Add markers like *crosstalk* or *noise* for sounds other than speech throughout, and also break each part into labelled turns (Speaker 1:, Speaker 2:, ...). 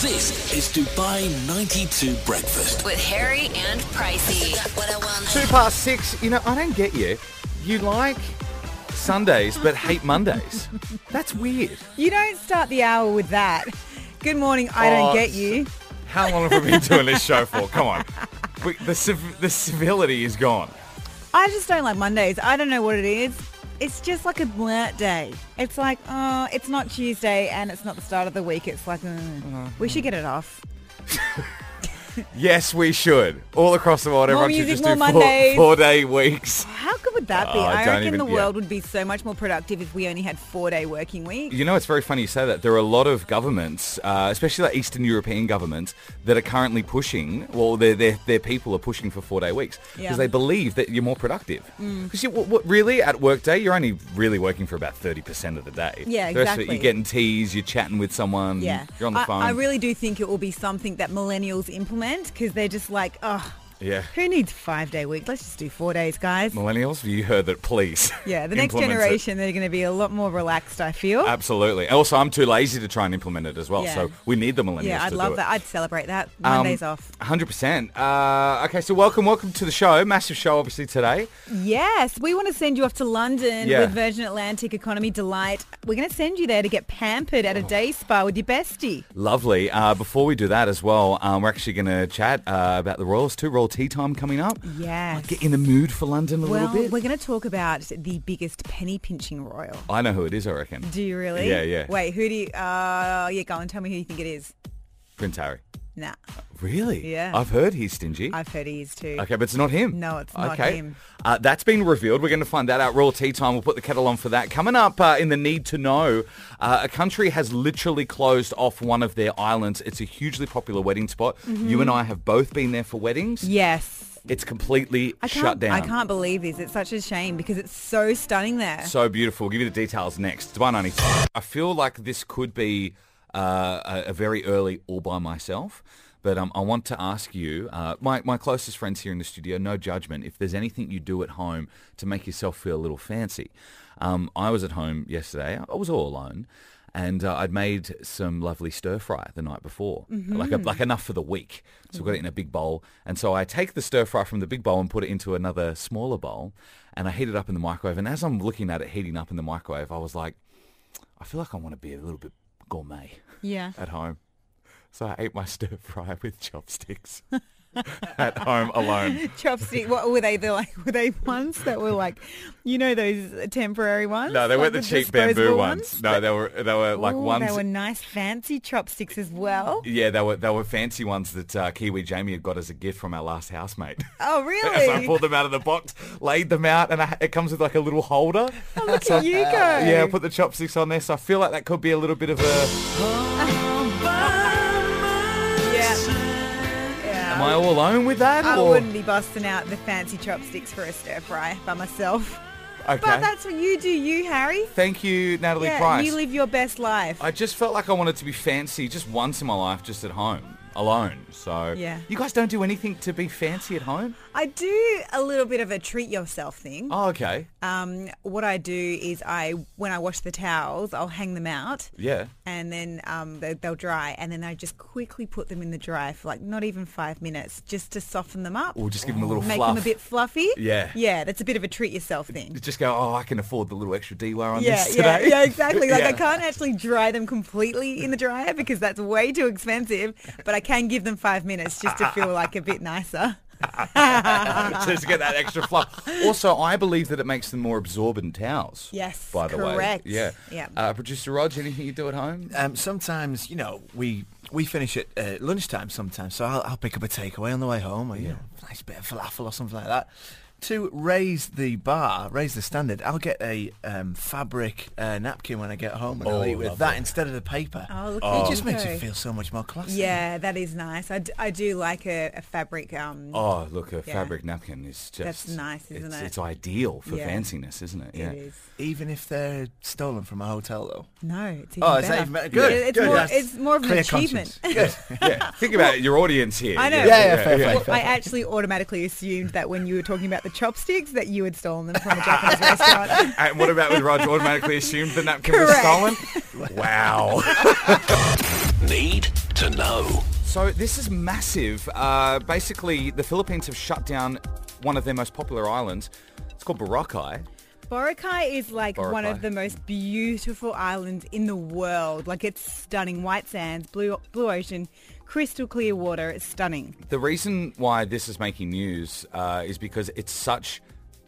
Speaker 1: This is Dubai 92 Breakfast.
Speaker 2: with Harry and Pricey.
Speaker 3: Two past six. You know, I don't get you. You like Sundays but hate Mondays. That's weird.
Speaker 4: You don't start the hour with that. Good morning, I
Speaker 3: Oh,
Speaker 4: don't get you.
Speaker 3: How long have we been doing this show for? Come on. We, the, civ- the civility is gone.
Speaker 4: I just don't like Mondays. I don't know what it is. It's just like a blurt day. It's like, oh, it's not Tuesday and it's not the start of the week. It's like, uh, we should get it off.
Speaker 3: Yes, we should. All across the world,
Speaker 4: More
Speaker 3: everyone
Speaker 4: music,
Speaker 3: should just
Speaker 4: more
Speaker 3: do four,
Speaker 4: Mondays.
Speaker 3: four-day weeks.
Speaker 4: How good would that be?
Speaker 3: Oh, I
Speaker 4: I
Speaker 3: don't
Speaker 4: reckon
Speaker 3: even-
Speaker 4: the
Speaker 3: yeah.
Speaker 4: world would be so much more productive if we only had four-day working week.
Speaker 3: You know, it's very funny you say that. There are a lot of governments, uh, especially like Eastern European governments, that are currently pushing, well, their, their, their people are pushing for four-day weeks because
Speaker 4: Yeah. Mm.
Speaker 3: they believe that you're more productive. Because what, what, really, at work day, you're only really working for about 30% of the day.
Speaker 4: Yeah,
Speaker 3: The rest of it,
Speaker 4: exactly.
Speaker 3: you're getting teas, you're chatting with someone,
Speaker 4: Yeah.
Speaker 3: you're on the
Speaker 4: I,
Speaker 3: phone.
Speaker 4: I really do think it will be something that millennials implement because they're just like, oh,
Speaker 3: Yeah.
Speaker 4: who needs five-day week? Let's just do four days, guys.
Speaker 3: Millennials, you heard that, please.
Speaker 4: *laughs*
Speaker 3: *laughs*
Speaker 4: Yeah, the next
Speaker 3: implement it.
Speaker 4: generation, they're going to be a lot more relaxed, I feel.
Speaker 3: Absolutely. Also, I'm too lazy to try and implement it as well.
Speaker 4: Yeah.
Speaker 3: So we need the millennials
Speaker 4: yeah,
Speaker 3: to
Speaker 4: I'd
Speaker 3: do
Speaker 4: love
Speaker 3: it.
Speaker 4: that. I'd celebrate that.
Speaker 3: Um,
Speaker 4: Monday's off.
Speaker 3: 100%. Uh, okay, so welcome, welcome to the show. Massive show, obviously, today.
Speaker 4: Yes, we want to send you off to London
Speaker 3: Yeah.
Speaker 4: with Virgin Atlantic Economy Delight. We're going to send you there to get pampered
Speaker 3: Oh.
Speaker 4: at a day spa with your bestie.
Speaker 3: Lovely. Uh, before we do that as well, um, we're actually going to chat uh, about the Royals too. Royal tea time coming up.
Speaker 4: Yes.
Speaker 3: Get in the mood for London a
Speaker 4: well,
Speaker 3: little
Speaker 4: we're
Speaker 3: bit.
Speaker 4: going to talk about the biggest penny pinching royal.
Speaker 3: I know who it is, I reckon.
Speaker 4: Do you really?
Speaker 3: Yeah, yeah.
Speaker 4: Wait, who do you... Uh, yeah, go on. Tell me who you think it is.
Speaker 3: Prince Harry.
Speaker 4: Nah,
Speaker 3: Really?
Speaker 4: Yeah.
Speaker 3: I've heard he's stingy.
Speaker 4: I've heard he is too.
Speaker 3: Okay, but it's not him.
Speaker 4: No, it's not
Speaker 3: okay.
Speaker 4: him.
Speaker 3: Uh, that's been revealed. We're going to find that out. Royal Tea Time. We'll put the kettle on for that. Coming up uh, in the need to know, uh, a country has literally closed off one of their islands. It's a hugely popular wedding spot.
Speaker 4: Mm-hmm.
Speaker 3: You and I have both been there for weddings.
Speaker 4: Yes.
Speaker 3: It's completely
Speaker 4: I can't,
Speaker 3: shut down.
Speaker 4: I can't believe this. It's such a shame because it's so stunning there.
Speaker 3: So beautiful. We'll give you the details next. Dubai 92. I feel like this could be uh, a, a very early all by myself, but um, I want to ask you, uh, my, my closest friends here in the studio, no judgment, if there's anything you do at home to make yourself feel a little fancy. Um, I was at home yesterday. I I was all alone. And uh, I'd made some lovely stir fry the night before, like a, like enough for the week. So I got it in a big bowl, and so I take the stir fry from the big bowl and put it into another smaller bowl, and I heat it up in the microwave. And as I'm looking at it heating up in the microwave, I was like, I feel like I want to be a little bit gourmet
Speaker 4: yeah.
Speaker 3: at home. So I ate my *laughs* stir fry with chopsticks *laughs* at home alone.
Speaker 4: chopstick. What were they? The like were they ones that were like, you know, those temporary ones?
Speaker 3: No, they weren't
Speaker 4: Like
Speaker 3: the cheap bamboo
Speaker 4: disposable
Speaker 3: ones. No, they were they were like
Speaker 4: Ooh,
Speaker 3: ones.
Speaker 4: They were nice, fancy chopsticks as well.
Speaker 3: yeah, they were they were fancy ones that uh, Kiwi Jamie had got as a gift from our last housemate. *laughs*
Speaker 4: Oh,
Speaker 3: As I
Speaker 4: really?
Speaker 3: pulled them out of the box, laid them out, and I, it comes with like a little holder.
Speaker 4: Oh, look at you go.
Speaker 3: Yeah, I put the chopsticks on there, so I feel like that could be a little bit of a.
Speaker 4: yeah.
Speaker 3: Am
Speaker 4: yeah.
Speaker 3: I all alone with that?
Speaker 4: I
Speaker 3: or-
Speaker 4: wouldn't be busting out the fancy chopsticks for a stir fry by myself. *laughs*
Speaker 3: Okay.
Speaker 4: But that's what you do, you Harry.
Speaker 3: Thank you, Natalie
Speaker 4: yeah,
Speaker 3: Price.
Speaker 4: you live your best life.
Speaker 3: I just felt like I wanted to be fancy just once in my life, just at home, alone. So
Speaker 4: Yeah.
Speaker 3: you guys don't do anything to be fancy at home?
Speaker 4: I do a little bit of a treat yourself thing.
Speaker 3: Oh, okay.
Speaker 4: um, what I do is I when I wash the towels, I'll hang them out.
Speaker 3: Yeah.
Speaker 4: And then um, they, they'll dry, and then I just quickly put them in the dryer for like not even five minutes, just to soften them up.
Speaker 3: Or just give them a little
Speaker 4: make
Speaker 3: fluff.
Speaker 4: them a bit fluffy.
Speaker 3: Yeah.
Speaker 4: yeah, that's a bit of a treat yourself thing.
Speaker 3: Just go, oh, I can afford the little extra dewar on
Speaker 4: Yeah,
Speaker 3: this
Speaker 4: yeah,
Speaker 3: today.
Speaker 4: yeah, exactly. Like I
Speaker 3: *laughs* Yeah.
Speaker 4: can't actually dry them completely in the dryer because that's way too expensive. But I can give them five minutes just to feel like a
Speaker 3: *laughs*
Speaker 4: bit nicer.
Speaker 3: just to get that extra fluff. Also, I believe that it makes them more absorbent towels.
Speaker 4: Yes,
Speaker 3: by the
Speaker 4: correct.
Speaker 3: way. Yeah,
Speaker 4: Yeah. Uh,
Speaker 3: Uh, Producer Rog, anything you do at home?
Speaker 5: Um, sometimes, you know, we we finish at uh, lunchtime sometimes, so I'll, I'll pick up a takeaway on the way home, or you know, a nice bit of falafel or something like that. To raise the bar, raise the standard, I'll get a um, fabric uh, napkin when I get home, and I'll eat with that instead of the paper.
Speaker 4: Oh, look at
Speaker 5: It just
Speaker 4: you
Speaker 5: makes
Speaker 4: go.
Speaker 5: you feel so much more classy.
Speaker 4: Yeah, that is nice. I, d- I do like a, a fabric. Um,
Speaker 3: Oh, look, a
Speaker 4: Yeah.
Speaker 3: fabric napkin is just...
Speaker 4: That's nice, isn't
Speaker 3: it's,
Speaker 4: it?
Speaker 3: It's ideal for
Speaker 4: Yeah.
Speaker 3: fanciness, isn't it? Yeah.
Speaker 4: It is.
Speaker 5: Even if they're stolen from a hotel, though.
Speaker 4: No, it's even
Speaker 5: Oh,
Speaker 4: better.
Speaker 5: is that even better? Good.
Speaker 4: Yeah, It's,
Speaker 5: good.
Speaker 4: More,
Speaker 5: That's
Speaker 4: it's more of an
Speaker 5: clear
Speaker 4: achievement. *laughs*
Speaker 5: conscience.
Speaker 3: yeah. Think about it, your audience here.
Speaker 4: I know.
Speaker 3: Yeah.
Speaker 5: Yeah, yeah, fair play, fair
Speaker 4: I
Speaker 5: play.
Speaker 4: actually automatically assumed that when you were talking about the chopsticks that you had stolen them from a Japanese
Speaker 5: *laughs*
Speaker 4: restaurant.
Speaker 3: And Uh, what about with Rog
Speaker 4: *laughs*
Speaker 3: automatically assumed the napkin was
Speaker 4: Correct.
Speaker 3: stolen? Wow.
Speaker 1: Need to to know.
Speaker 3: So this is massive. Uh, basically, the Philippines have shut down one of their most popular islands. It's called Boracay.
Speaker 4: Boracay is like one
Speaker 3: Boracay.
Speaker 4: of the most beautiful islands in the world. Like it's stunning. White sands, blue blue ocean, crystal clear water. It's stunning.
Speaker 3: The reason why this is making news uh, is because it's such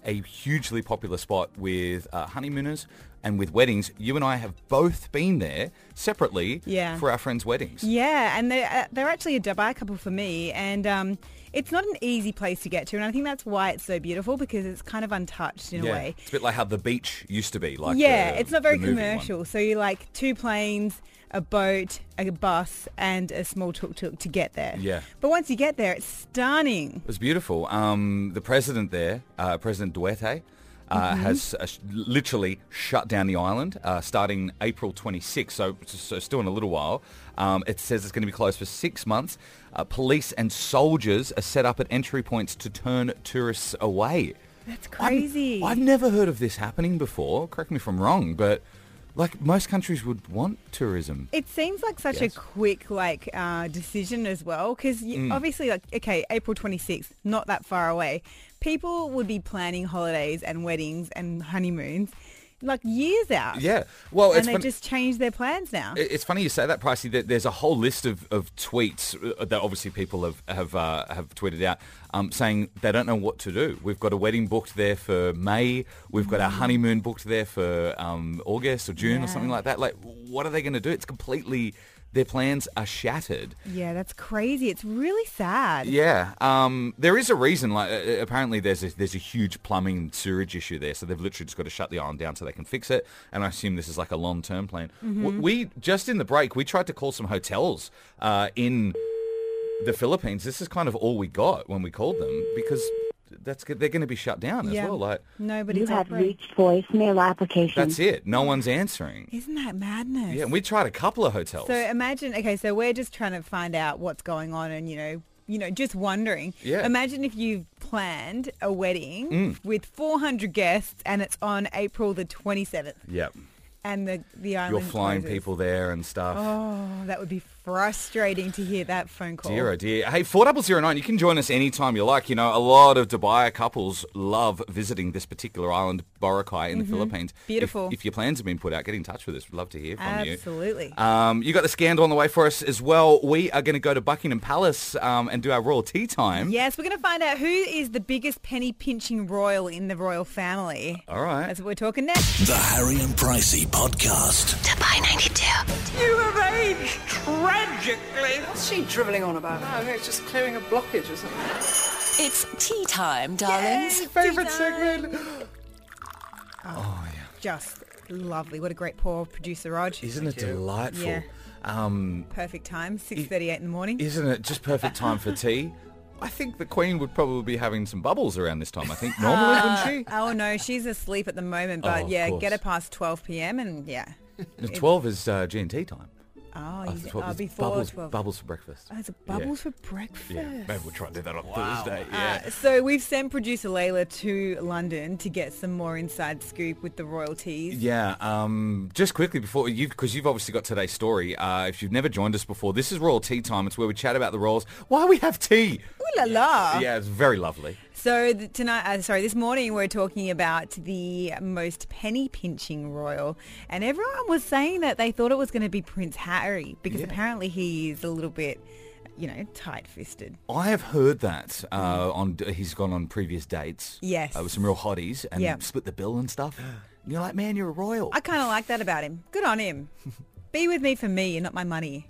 Speaker 3: a hugely popular spot with uh, honeymooners and with weddings. You and I have both been there separately
Speaker 4: Yeah.
Speaker 3: for our friends' weddings.
Speaker 4: Yeah, and they're, uh, they're actually a Dubai couple for me, and um, it's not an easy place to get to, and I think that's why it's so beautiful because it's kind of untouched in a way.
Speaker 3: It's a bit like how the beach used to be. Like
Speaker 4: yeah,
Speaker 3: the-
Speaker 4: it's not very
Speaker 3: the movie one.
Speaker 4: commercial. So you like two planes, a boat, a bus, and a small tuk-tuk to get there.
Speaker 3: Yeah.
Speaker 4: But once you get there, it's stunning.
Speaker 3: It was beautiful. Um, the president there, uh, President Duarte, uh,
Speaker 4: Mm-hmm.
Speaker 3: has uh, sh- literally shut down the island uh, starting April 26th, so, so still in a little while. Um, it says it's going to be closed for six months. Uh, police and soldiers are set up at entry points to turn tourists away.
Speaker 4: That's
Speaker 3: I'm-
Speaker 4: crazy.
Speaker 3: I've never heard of this happening before. Correct me if I'm wrong, but like most countries would want tourism.
Speaker 4: It seems like such
Speaker 3: Yes. Mm.
Speaker 4: a quick like uh, decision as well because obviously like okay April 26th not that far away people would be planning holidays and weddings and honeymoons like years out
Speaker 3: Yeah. Well,
Speaker 4: and
Speaker 3: it's
Speaker 4: they
Speaker 3: fun-
Speaker 4: just changed their plans now
Speaker 3: It- It's funny you say that, Pricey. That there's a whole list of, of tweets uh, that obviously people have have uh, have tweeted out um, saying they don't know what to do. We've got a wedding booked there for May. We've got our honeymoon booked there for um, August or June or something
Speaker 4: Yeah.
Speaker 3: like that. Like, what are they going to do? It's completely their plans are shattered.
Speaker 4: yeah that's crazy it's really sad
Speaker 3: Yeah, um, there is a reason. Like, uh, apparently, there's a, there's a huge plumbing and sewerage issue there, so they've literally just got to shut the island down so they can fix it. And I assume this is like a long term plan.
Speaker 4: Mm-hmm.
Speaker 3: W We just in the break, we tried to call some hotels uh, in the Philippines. This is kind of all we got when we called them because that's they're going to be shut down as
Speaker 4: Yeah.
Speaker 3: well. Like,
Speaker 4: nobody's
Speaker 6: You have
Speaker 4: operating.
Speaker 6: reached voicemail application.
Speaker 3: that's it. No one's answering.
Speaker 4: isn't that madness
Speaker 3: Yeah, and we tried a couple of hotels.
Speaker 4: So um, imagine, okay, so we're just trying to find out what's going on and, you know, you know, just wondering.
Speaker 3: Yeah. Mm.
Speaker 4: Imagine if you've planned a wedding with 400 guests and it's on April the 27th
Speaker 3: yeah,
Speaker 4: and the, the island
Speaker 3: you're flying
Speaker 4: closes.
Speaker 3: people there and stuff.
Speaker 4: Oh, that would be frustrating to hear that phone call.
Speaker 3: Dear, oh dear. Hey, 4009, you can join us anytime you like. You know, a lot of Dubai couples love visiting this particular island, Boracay, in the Philippines. If-
Speaker 4: Mm-hmm. Beautiful.
Speaker 3: If, your plans have been put out, get in touch with us. We'd love to hear from you.
Speaker 4: Absolutely.
Speaker 3: Um, you got the scandal on the way for us as well. We are going to go to Buckingham Palace um, and do our royal tea time.
Speaker 4: Yes, we're going to find out who is the biggest penny pinching royal in the royal family.
Speaker 3: All right.
Speaker 4: That's what we're talking next.
Speaker 1: The Harry and Pricey Podcast.
Speaker 2: Dubai 92.
Speaker 7: You have aged tragically. What's she drivelling on about? I think it's just clearing a blockage or something.
Speaker 2: It's tea time, darlings.
Speaker 3: Favorite segment.
Speaker 4: Oh,
Speaker 3: Oh,
Speaker 4: Just lovely. What a great pour, producer Rog.
Speaker 3: Isn't it delightful?
Speaker 4: Yeah.
Speaker 3: Um,
Speaker 4: Perfect time, 6.38 in the morning.
Speaker 3: isn't it just perfect time for tea? *laughs* I think the Queen would probably be having some bubbles around this time. I think normally,
Speaker 4: *laughs*
Speaker 3: wouldn't she?
Speaker 4: Oh no, she's asleep at the moment. But
Speaker 3: Oh, of
Speaker 4: yeah,
Speaker 3: course.
Speaker 4: get her past twelve p.m. and yeah.
Speaker 3: 12 is uh, G&T time.
Speaker 4: Oh,
Speaker 3: Oh,
Speaker 4: you,
Speaker 3: that's what
Speaker 4: oh
Speaker 3: was
Speaker 4: before
Speaker 3: bubbles,
Speaker 4: twelve.
Speaker 3: bubbles for breakfast.
Speaker 4: Oh, it's bubbles for breakfast.
Speaker 3: Yeah, maybe we'll try and do that on Thursday. Yeah.
Speaker 4: Uh, so we've sent producer Layla to London to get some more inside scoop with the royalties.
Speaker 3: yeah, um, just quickly before you, because you've obviously got today's story. Uh, if you've never joined us before, this is Royal Tea Time. It's where we chat about the royals. Why we have tea?
Speaker 4: Ooh la la.
Speaker 3: yeah, it's very lovely.
Speaker 4: So th- tonight, uh, sorry, this morning we're talking about the most penny pinching royal, and everyone was saying that they thought it was going to be Prince Harry because
Speaker 3: Yeah.
Speaker 4: apparently he is a little bit, you know, tight fisted.
Speaker 3: I have heard that uh, on he's gone on previous dates.
Speaker 4: Mm-hmm. Yes.
Speaker 3: uh, with some real hotties and
Speaker 4: Yeah.
Speaker 3: split the bill and
Speaker 4: *gasps*
Speaker 3: stuff. And you're like, man, you're a royal.
Speaker 4: I kind of like that about him. Good on him. Be with me for me and not my money.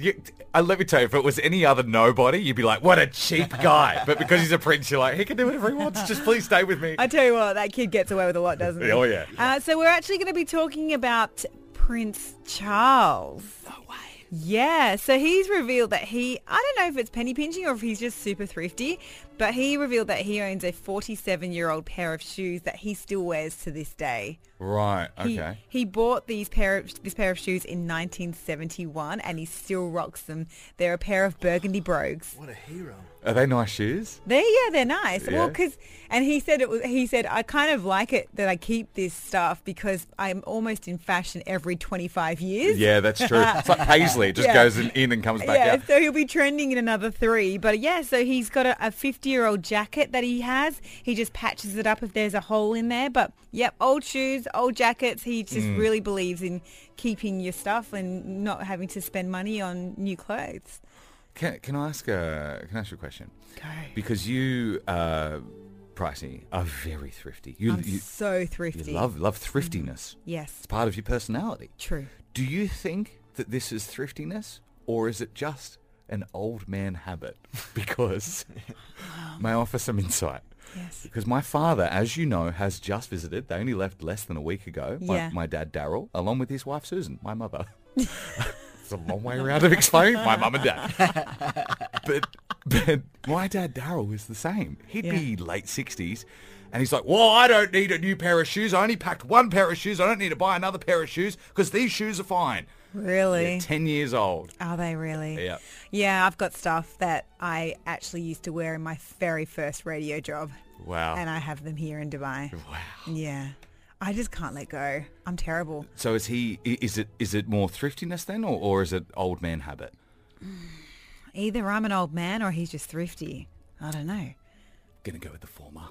Speaker 3: You, uh, let me tell you, if it was any other nobody, you'd be like, what a cheap
Speaker 4: *laughs*
Speaker 3: guy. but because he's a prince, you're like, he can do whatever he wants. Just please stay with me.
Speaker 4: I tell you what, that kid gets away with a lot, doesn't
Speaker 3: *laughs*
Speaker 4: he?
Speaker 3: Oh, yeah.
Speaker 4: Uh, so we're actually going to be talking about Prince Charles. No way. Yeah, so he's revealed that he, I don't know if it's penny pinching or if he's just super thrifty, but he revealed that he owns a 47-year-old pair of shoes that he still wears to this day.
Speaker 3: right,
Speaker 4: He-
Speaker 3: okay.
Speaker 4: He, bought these pair of, this pair of shoes in 1971 and he still rocks them. They're a pair of burgundy brogues.
Speaker 3: Are they nice shoes?
Speaker 4: They yeah, they're nice.
Speaker 3: Yeah.
Speaker 4: Well, 'cause Well, because and he said it was. He said I kind of like it that I keep this stuff because I'm almost in fashion every 25 years. *laughs*
Speaker 3: Yeah, that's true. It's like Honestly, it just
Speaker 4: Yeah.
Speaker 3: goes in, in and comes back
Speaker 4: yeah,
Speaker 3: out.
Speaker 4: so he'll be trending in another three. But yeah, so he's got a 50 year old jacket that he has. He just patches it up if there's a hole in there. But yep, old shoes, old jackets. He just
Speaker 3: Mm.
Speaker 4: really believes in keeping your stuff and not having to spend money on new clothes.
Speaker 3: Can, can I ask a can I ask you a question?
Speaker 4: Go.
Speaker 3: Because you, uh, pricey, are very thrifty. You,
Speaker 4: I'm
Speaker 3: you,
Speaker 4: so
Speaker 3: you
Speaker 4: thrifty. Mm-hmm.
Speaker 3: love love thriftiness.
Speaker 4: Yes,
Speaker 3: It's part of your personality.
Speaker 4: true.
Speaker 3: Do you think that this is thriftiness, or is it just an old man habit? *laughs* Because may I offer some insight?
Speaker 4: Yes.
Speaker 3: Because my father, as you know, has just visited. They only left less than a week ago. My,
Speaker 4: Yeah.
Speaker 3: my dad, Daryl, along with his wife, Susan, my mother.
Speaker 4: *laughs*
Speaker 3: it's a long way around of explaining my mum and dad. but, but my dad, Daryl, is the same. He'd
Speaker 4: Yeah.
Speaker 3: be late 60s. And he's like, well, I don't need a new pair of shoes. I only packed one pair of shoes. I don't need to buy another pair of shoes because these shoes are fine.
Speaker 4: Really?
Speaker 3: They're 10 years old.
Speaker 4: Are they really?
Speaker 3: Yep.
Speaker 4: Yeah, I've got stuff that I actually used to wear in my very first radio job.
Speaker 3: Wow.
Speaker 4: And I have them here in Dubai.
Speaker 3: Wow.
Speaker 4: Yeah. I just can't let go. I'm terrible.
Speaker 3: So is he, i- is it, is it more thriftiness then, or, or is it old man habit?
Speaker 4: Either I'm an old man or he's just thrifty. I don't know.
Speaker 3: Gonna go with the
Speaker 4: *laughs*
Speaker 3: former.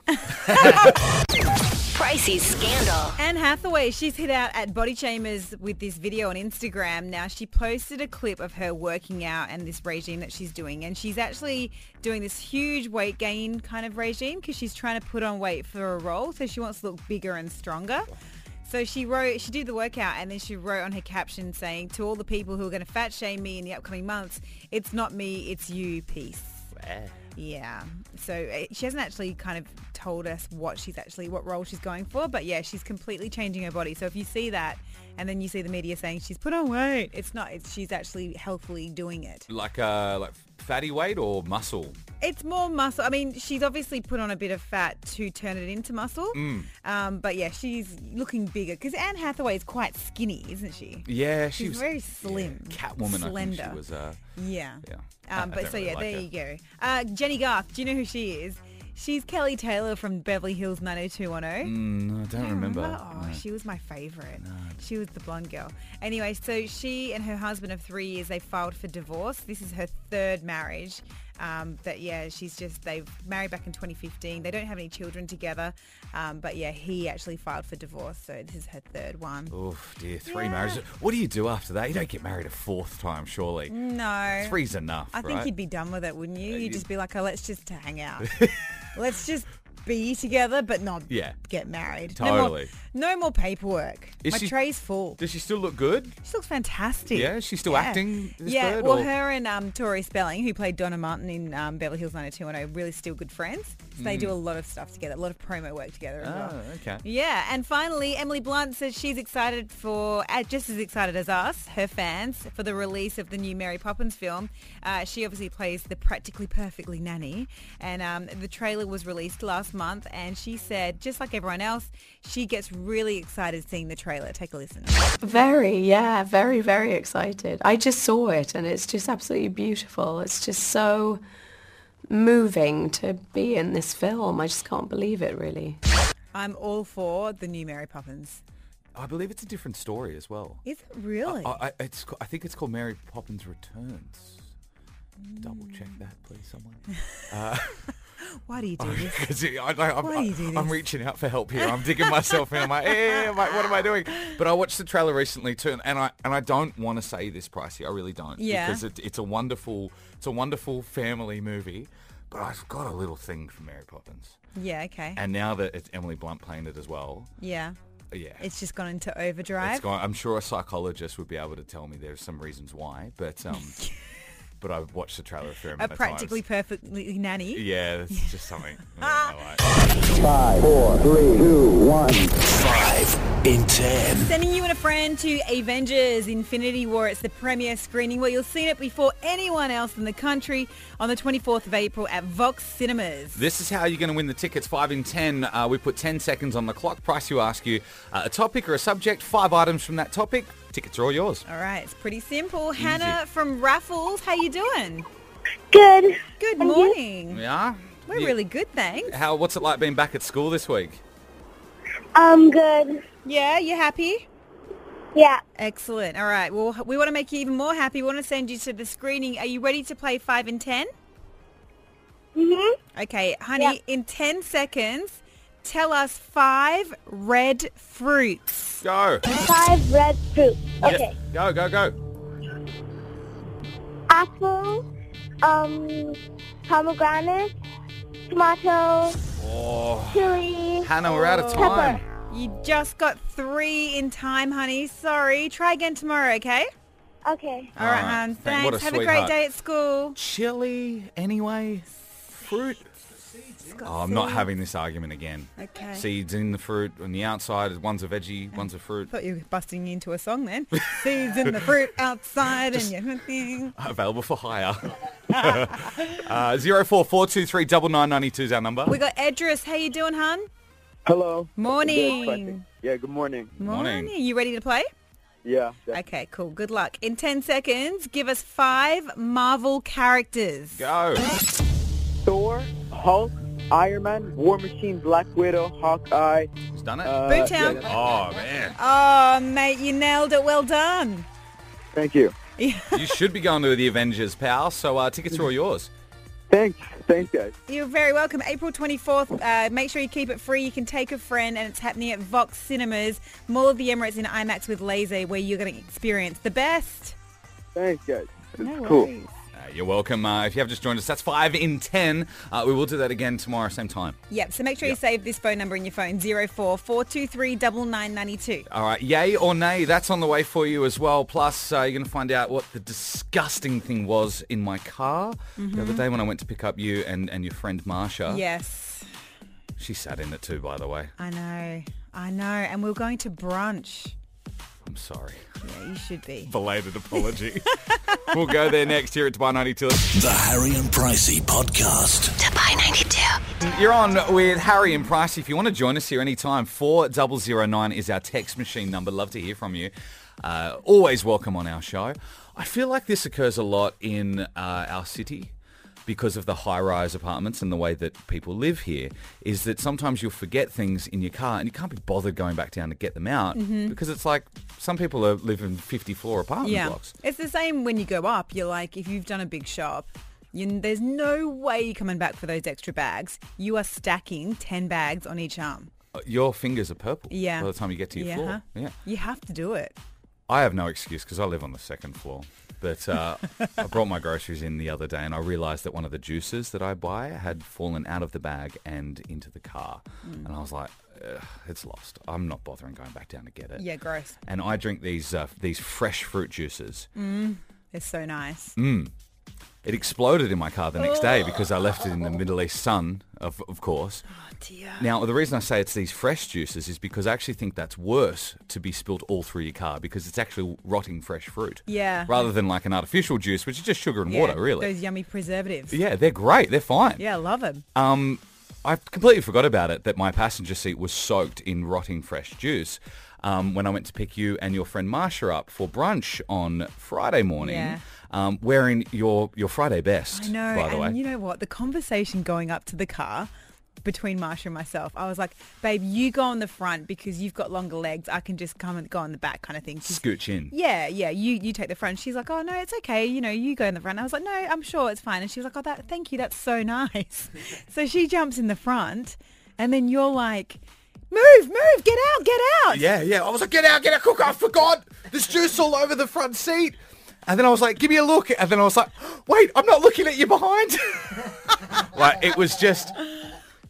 Speaker 2: Pricey scandal.
Speaker 4: Anne Hathaway, she's hit out at Body Chambers with this video on Instagram. Now, she posted a clip of her working out and this regime that she's doing. And she's actually doing this huge weight gain kind of regime because she's trying to put on weight for a role. So she wants to look bigger and stronger. So she wrote, she did the workout and then she wrote on her caption saying, to all the people who are going to fat shame me in the upcoming months, it's not me, it's you, peace. Yeah. So uh, she hasn't actually kind of told us what she's actually, what role she's going for, but yeah, she's completely changing her body. So if you see that and then you see the media saying she's put on weight, it's not, it's, she's actually healthily doing it.
Speaker 3: like uh like fatty weight or muscle
Speaker 4: It's more muscle. I mean, she's obviously put on a bit of fat to turn it into muscle.
Speaker 3: Mm.
Speaker 4: Um, but yeah, she's looking bigger because Anne Hathaway is quite skinny, isn't she?
Speaker 3: yeah
Speaker 4: She's very slim,
Speaker 3: catwoman i think
Speaker 4: slender.
Speaker 3: she was uh
Speaker 4: Yeah.
Speaker 3: Yeah. I-
Speaker 4: Um,
Speaker 3: I
Speaker 4: but
Speaker 3: don't
Speaker 4: so
Speaker 3: really
Speaker 4: yeah,
Speaker 3: like
Speaker 4: there
Speaker 3: her.
Speaker 4: you go. Uh, Jenny Garth, do you know who she is? She's Kelly Taylor from Beverly Hills 90210.
Speaker 3: no, Mm, i don't remember,
Speaker 4: Oh, she was my favorite. She was the blonde girl. Anyway, so she and her husband of three years, they filed for divorce. This is her third marriage. Um, but yeah, she's just, they've married back in 2015. They don't have any children together. Um, but yeah, he actually filed for divorce. So this is her third one.
Speaker 3: no. Oof, dear three marriages what do you do after that you don't get married a fourth time surely
Speaker 4: No.
Speaker 3: three's enough
Speaker 4: I think
Speaker 3: right?
Speaker 4: you'd be done with it, wouldn't you? You'd
Speaker 3: you-
Speaker 4: just be like, oh, let's just hang out.
Speaker 3: *laughs*
Speaker 4: let's just be together, but not
Speaker 3: Yeah.
Speaker 4: get married.
Speaker 3: Totally.
Speaker 4: No more, no more paperwork.
Speaker 3: Is
Speaker 4: My
Speaker 3: she-
Speaker 4: tray's full.
Speaker 3: does she still look good
Speaker 4: She looks fantastic.
Speaker 3: Yeah, is she still acting this
Speaker 4: yeah,
Speaker 3: third,
Speaker 4: well,
Speaker 3: or-
Speaker 4: her and um, Tori Spelling, who played Donna Martin in um, Beverly Hills 90210, really still good friends. So
Speaker 3: Hmm.
Speaker 4: they do a lot of stuff together, a lot of promo work together as well.
Speaker 3: Oh, okay.
Speaker 4: Yeah, and finally, Emily Blunt says she's excited for, uh, just as excited as us, her fans, for the release of the new Mary Poppins film. Uh, she obviously plays the practically perfectly nanny, and um, the trailer was released last month. And she said, just like everyone else, she gets really excited seeing the trailer. Take a listen.
Speaker 8: Very, yeah, very, very excited. I just saw it and it's just absolutely beautiful. It's just so moving to be in this film. I just can't believe it, really.
Speaker 4: I'm all for the new Mary Poppins.
Speaker 3: i believe it's a different story as well
Speaker 4: Is it really?
Speaker 3: I, I, it's, ca- I think it's called mary poppins returns double check that please someone
Speaker 4: Why do
Speaker 3: *laughs*
Speaker 4: you do this?
Speaker 3: 'Cause I, I, I'm,
Speaker 4: Why do you do
Speaker 3: I- I'm
Speaker 4: this?
Speaker 3: reaching out for help here. I'm digging myself in. I'm like, eh, I'm like, what am I doing? But I watched the trailer recently too, and- and I and I don't want to say this pricey. I really don't.
Speaker 4: Yeah.
Speaker 3: Because it, it's a wonderful, it's a wonderful family movie. But I've got a little thing for Mary Poppins,
Speaker 4: Yeah, okay.
Speaker 3: and now that it's Emily Blunt playing it as well,
Speaker 4: Yeah.
Speaker 3: yeah.
Speaker 4: It's just gone into
Speaker 3: it's
Speaker 4: overdrive.
Speaker 3: gone, I'm sure a psychologist would be able to tell me there's some reasons why, but
Speaker 4: *laughs*
Speaker 3: um, but I've watched the trailer a fair
Speaker 4: A
Speaker 3: amount of
Speaker 4: practically
Speaker 3: times.
Speaker 4: perfectly nanny.
Speaker 3: Yeah, it's just something. I
Speaker 4: *laughs*
Speaker 3: don't know, like-
Speaker 1: Five in ten.
Speaker 4: Sending you and a friend to Avengers Infinity War. It's the premiere screening where you'll see it before anyone else in the country on the 24th of April at Vox Cinemas.
Speaker 3: This is how you're going to win the tickets. Five in ten. Uh, we put ten seconds on the clock. Price you ask you uh, a topic or a subject. Five items from that topic. Tickets are all yours.
Speaker 4: All right, it's pretty simple. Hannah from Raffles, how you doing?
Speaker 6: Good.
Speaker 4: Good
Speaker 6: you?
Speaker 4: morning.
Speaker 3: Yeah.
Speaker 4: We're
Speaker 3: You-
Speaker 4: really good, thanks.
Speaker 3: How? What's it like being back at school this week?
Speaker 6: Um, good.
Speaker 4: Yeah, you happy?
Speaker 6: Yeah.
Speaker 4: Excellent. All right. Well, we want to make you even more happy. We want to send you to the screening. Are you ready to play 5 and 10?
Speaker 9: Mm-hmm.
Speaker 6: Mhm.
Speaker 4: Okay, honey,
Speaker 6: Yep.
Speaker 4: in 10 seconds, tell us five red fruits.
Speaker 3: Go.
Speaker 6: Five red fruits.
Speaker 3: Yeah.
Speaker 6: Okay.
Speaker 3: Go, go, go.
Speaker 6: Apple, um, pomegranate, tomato,
Speaker 3: Oh,
Speaker 6: chili.
Speaker 3: Hannah, we're out of
Speaker 6: Pepper.
Speaker 3: time.
Speaker 4: You just got three in time, honey. Sorry. Try again tomorrow, okay?
Speaker 6: Okay.
Speaker 4: All right,
Speaker 3: All right.
Speaker 4: hon.
Speaker 3: Thank- what
Speaker 4: Thanks.
Speaker 3: a
Speaker 4: Have a great
Speaker 3: sweetheart.
Speaker 4: day at school.
Speaker 3: Chili, anyway. Fruit. Oh, I'm not having this argument again.
Speaker 4: Okay.
Speaker 3: Seeds in the fruit, on the outside, one's a veggie, one's a fruit. *laughs*
Speaker 4: Thought you were busting into a song then. *laughs* Seeds in the fruit outside and you
Speaker 3: Available for hire. *laughs* uh, 04423 9992 is our number.
Speaker 4: We got Edris. How you doing, hon?
Speaker 9: Hello.
Speaker 4: Morning.
Speaker 9: Yeah, good morning.
Speaker 3: Morning.
Speaker 4: You ready to play?
Speaker 9: Yeah. yeah.
Speaker 4: Okay, cool. Good luck. In 10 seconds, give us five Marvel characters.
Speaker 3: Go.
Speaker 9: Thor, Hulk, Iron Man, War Machine, Black Widow, Hawkeye.
Speaker 3: Who's done it?
Speaker 9: Uh,
Speaker 4: Boot
Speaker 9: yeah,
Speaker 4: Town.
Speaker 3: oh, man.
Speaker 4: Oh, mate, you nailed it. Well done.
Speaker 9: thank you.
Speaker 3: you should be going to the Avengers, pal. So uh, tickets are all yours.
Speaker 9: Thanks. Thanks, guys.
Speaker 4: You're very welcome. April 24th, uh, make sure you keep it free. You can take a friend, and it's happening at Vox Cinemas, Mall of the Emirates in IMAX with Laser, where you're going to experience the best.
Speaker 9: Thanks, guys. It's cool.
Speaker 3: Uh, you're welcome. Uh, if you have just joined us, that's five in ten. Uh, we will do that again tomorrow, same time.
Speaker 4: Yep, so make sure you save this phone number in your phone, 0442399992.
Speaker 3: All right, yay or nay, that's on the way for you as well. Plus, uh, you're going to find out what the disgusting thing was in my car the other day when I went to pick up you and, and your friend Marsha.
Speaker 4: Yes,
Speaker 3: She sat in it too, by the way.
Speaker 4: I know. I know. And we're going to brunch.
Speaker 3: I'm sorry.
Speaker 4: Yeah, you should be.
Speaker 3: Belated apology. *laughs* we'll go there next here at Dubai 92.
Speaker 1: The Harry and Pricey Podcast.
Speaker 2: to buy 92.
Speaker 3: You're on with Harry and Price. If you want to join us here anytime, 4009 is our text machine number. Love to hear from you. Uh, always welcome on our show. I feel like this occurs a lot in uh, our city because of the high-rise apartments and the way that people live here is that sometimes you'll forget things in your car and you can't be bothered going back down to get them out because it's like some people are live in 50-floor apartment
Speaker 4: Mm-hmm. Yeah.
Speaker 3: blocks.
Speaker 4: It's the same when you go up. You're like, if you've done a big shop, you, there's no way you're coming back for those extra bags. You are stacking 10 bags on each arm.
Speaker 3: Uh, Your fingers are purple
Speaker 4: Yeah.
Speaker 3: by the time you get to your
Speaker 4: Yeah. Uh-huh.
Speaker 3: floor. Yeah.
Speaker 4: You have to do it.
Speaker 3: I have no excuse because I live on the second floor. But uh, I brought my groceries in the other day and I realised that one of the juices that I buy had fallen out of the bag and into the car. And I was like, "Ugh, it's lost. I'm not bothering going back down to get it.
Speaker 4: Yeah, gross.
Speaker 3: And I drink these uh, these fresh fruit juices.
Speaker 4: It's so nice.
Speaker 3: Mm. It exploded in my car the next day because I left it in the Middle East sun, of, of course. Now, the reason I say it's these fresh juices is because I actually think that's worse to be spilt all through your car because it's actually rotting fresh fruit.
Speaker 4: Yeah.
Speaker 3: Rather than like an artificial juice, which is just sugar and
Speaker 4: Yeah,
Speaker 3: water, really.
Speaker 4: Those yummy preservatives.
Speaker 3: Yeah, they're great. They're fine.
Speaker 4: Yeah, I love them.
Speaker 3: Um, I completely forgot about it that my passenger seat was soaked in rotting fresh juice um, when I went to pick you and your friend Marsha up for brunch on Friday morning.
Speaker 4: Yeah.
Speaker 3: Um, wearing your, your Friday best,
Speaker 4: I know.
Speaker 3: by the way.
Speaker 4: and you know what? The conversation going up to the car between Marsha and myself, I was like, babe, you go on the front because you've got longer legs. I can just come and go on the back kind of thing. She's-
Speaker 3: Scooch in.
Speaker 4: yeah, yeah, you you take the front. She's like, oh no, it's okay. You know, you go in the front. I was like, no, I'm sure it's fine. And she was like, oh, that, thank you, that's so *laughs* nice. so she jumps in the front, and then you're like, move, move, get out, get out.
Speaker 3: Yeah, yeah. I was like, get out, get out, cook. I forgot. There's juice all over the front seat. And then I was like, give me a look. And then I was like, wait, I'm not looking at you behind. *laughs* like, it was just...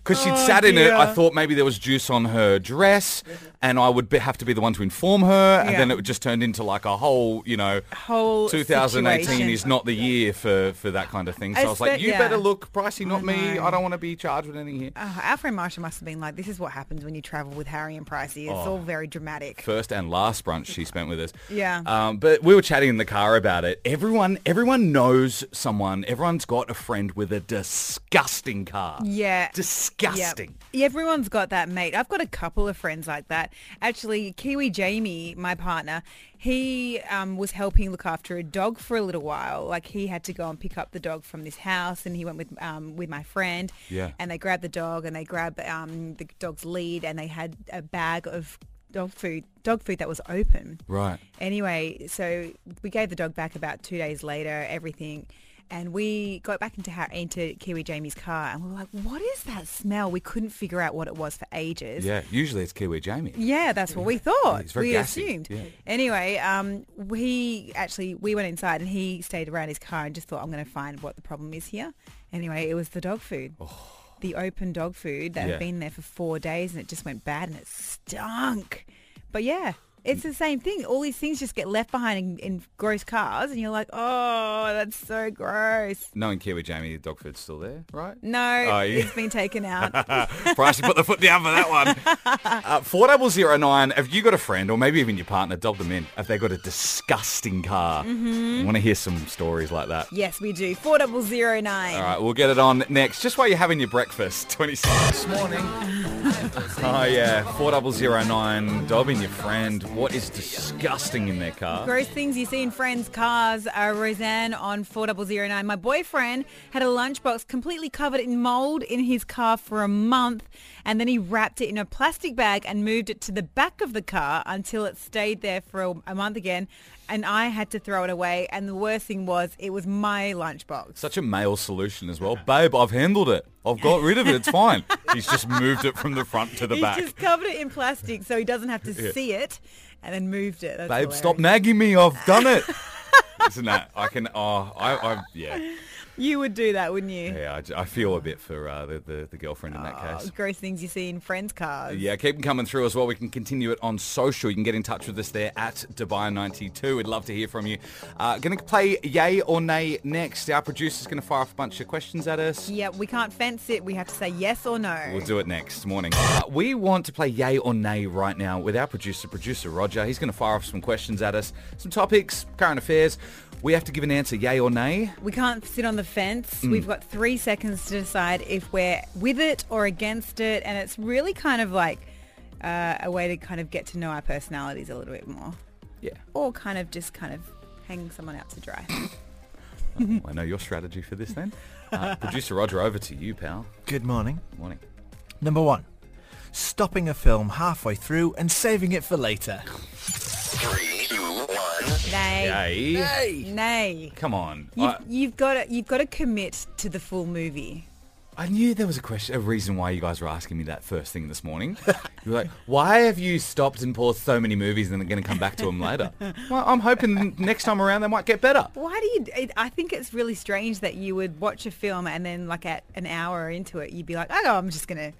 Speaker 3: Because she'd sat in it, I
Speaker 4: Oh, dear.
Speaker 3: thought maybe there was juice on her dress and I would be, have to be the one to inform her. And
Speaker 4: Yeah.
Speaker 3: then it just turned into like a whole, you know,
Speaker 4: Whole
Speaker 3: 2018
Speaker 4: situation.
Speaker 3: is not the year for, for that kind of thing. So I,
Speaker 4: I
Speaker 3: was like,
Speaker 4: spe-
Speaker 3: you
Speaker 4: yeah.
Speaker 3: better look pricey, not me.
Speaker 4: know.
Speaker 3: I don't want to be charged with anything here.
Speaker 4: Oh, our friend Marsha must have been like, this is what happens when you travel with Harry and Pricey. It's
Speaker 3: Oh.
Speaker 4: all very dramatic.
Speaker 3: first and last brunch she spent with us.
Speaker 4: *laughs* Yeah.
Speaker 3: Um, but we were chatting in the car about it. Everyone, everyone knows someone. Everyone's got a friend with a disgusting car.
Speaker 4: Yeah.
Speaker 3: Disgusting.
Speaker 4: Yep. Everyone's got that, mate. I've got a couple of friends like that. Actually, Kiwi Jamie, my partner, he um, was helping look after a dog for a little while. Like he had to go and pick up the dog from this house, and he went with um, with my friend.
Speaker 3: Yeah.
Speaker 4: And they grabbed the dog, and they grabbed um, the dog's lead, and they had a bag of dog food, dog food that was open.
Speaker 3: Right.
Speaker 4: Anyway, so we gave the dog back about two days later, everything. And we got back into our, into Kiwi Jamie's car and we were like, what is that smell? We couldn't figure out what it was for ages.
Speaker 3: Yeah. Usually it's Kiwi Jamie.
Speaker 4: Yeah, that's what we thought.
Speaker 3: it's very
Speaker 4: we
Speaker 3: gassy,
Speaker 4: assumed.
Speaker 3: yeah.
Speaker 4: Anyway, um, we actually we went inside and he stayed around his car and just thought, I'm going to find what the problem is here. Anyway, it was the dog food. The open dog food that
Speaker 3: Oh. Yeah.
Speaker 4: had been there for four days and it just went bad and it stunk. But yeah, it's the same thing. All these things just get left behind in, in gross cars and you're like, oh, that's so gross.
Speaker 3: Knowing Kiwi Jamie, the dog food's still there, right? *laughs*
Speaker 4: No,
Speaker 3: Oh, yeah.
Speaker 4: it's been taken out. *laughs*
Speaker 3: Bryce, you put the foot down for that one. Uh, four double zero nine. Have you got a friend, or maybe even your partner, dob them in. Have they got a disgusting car?
Speaker 4: Mm-hmm.
Speaker 3: I want to hear some stories like that.
Speaker 4: yes, we do. 4009.
Speaker 3: All right, we'll get it on next. Just while you're having your breakfast, *laughs* 26 this morning. *laughs* oh yeah, four double zero nine. Dob in your friend. What is disgusting in their car?
Speaker 4: Gross things you see in friends' cars. Uh, Roseanne on 4009. My boyfriend had a lunchbox completely covered in mold in his car for a month and then he wrapped it in a plastic bag and moved it to the back of the car until it stayed there for a, a month again and I had to throw it away and the worst thing was it was my lunchbox.
Speaker 3: Such a male solution as well, babe. I've handled it. I've got rid of it. It's
Speaker 4: *laughs*
Speaker 3: fine. He's just moved it from the front to the
Speaker 4: He's
Speaker 3: back.
Speaker 4: just covered it in plastic so he
Speaker 3: *laughs*
Speaker 4: doesn't have to see it and then moved it. That's
Speaker 3: Babe,
Speaker 4: hilarious.
Speaker 3: stop nagging me. I've done
Speaker 4: *laughs*
Speaker 3: it. Isn't that? I can. Oh, I. I yeah.
Speaker 4: You would do that, wouldn't you?
Speaker 3: Yeah. I j- I, feel a bit for uh, the, the the girlfriend in that case.
Speaker 4: Gross things you see in friends' cars.
Speaker 3: Yeah, keep them coming through as well. We can continue it on social. You can get in touch with us there at Dubai92. We'd love to hear from you. Uh, going to play Yay or Nay next. Our producer's going to fire off a bunch of questions at us.
Speaker 4: Yeah, we can't fence it. We have to say yes or no.
Speaker 3: We'll do it next morning. Uh, we want to play Yay or Nay right now with our producer, producer Roger. He's going to fire off some questions at us, some topics, current affairs. We have to give an answer, Yay or Nay.
Speaker 4: We can't sit on the fence.
Speaker 3: Mm.
Speaker 4: We've got three seconds to decide if we're with it or against it. And it's really kind of like uh, a way to kind of get to know our personalities a little bit more.
Speaker 3: Yeah.
Speaker 4: Or kind of just kind of hang someone out to dry.
Speaker 3: Hmm, I know your strategy for this then. Uh, *laughs* Producer Roger, over to you, pal.
Speaker 5: Good morning.
Speaker 3: Morning.
Speaker 5: Number one, stopping a film halfway through and saving it for later.
Speaker 3: *laughs*
Speaker 4: Nay.
Speaker 3: Yay.
Speaker 4: Nay.
Speaker 3: Come on.
Speaker 4: You've,
Speaker 3: I,
Speaker 4: you've got to, you've got to commit to the full movie.
Speaker 3: I knew there was a question, a reason why you guys were asking me that first thing this morning. *laughs* you were like, why have you stopped and paused so many movies and are going to come back to them
Speaker 4: *laughs*
Speaker 3: later? Well, I'm hoping next time around they might get better.
Speaker 4: Why do you? it- I think it's really strange that you would watch a film and then, like at an hour into it, you'd be like, "Oh, I'm just gonna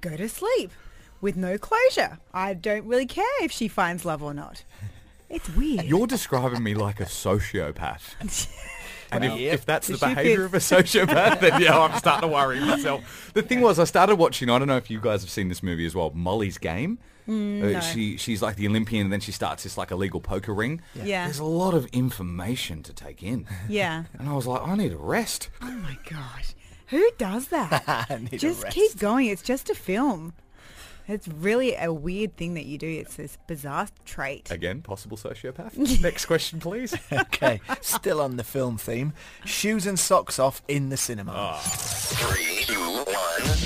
Speaker 4: go to sleep with no closure. I don't really care if she finds love or not." It's weird.
Speaker 3: You're describing me like a
Speaker 4: *laughs*
Speaker 3: sociopath. And if, if that's the
Speaker 4: Yes, you
Speaker 3: behaviour of a sociopath, then yeah, I'm starting to worry myself. The thing was, I started watching. I don't know if you guys have seen this movie as well, Molly's Game.
Speaker 4: Mm,
Speaker 3: Uh, She she's like the Olympian, and then she starts this like illegal poker ring.
Speaker 4: Yeah.
Speaker 3: there's a lot of information to take in,
Speaker 4: *laughs*
Speaker 3: *laughs*
Speaker 4: yeah.
Speaker 3: and I was like, I need a rest.
Speaker 4: Oh my gosh, who does that?
Speaker 5: I need a
Speaker 4: just
Speaker 5: rest.
Speaker 4: keep going. It's just a film. It's really a weird thing that you do. It's this bizarre trait.
Speaker 3: Again, possible *laughs* sociopath. Next question, please.
Speaker 5: Okay, still on the film theme. Shoes and socks off in the cinema.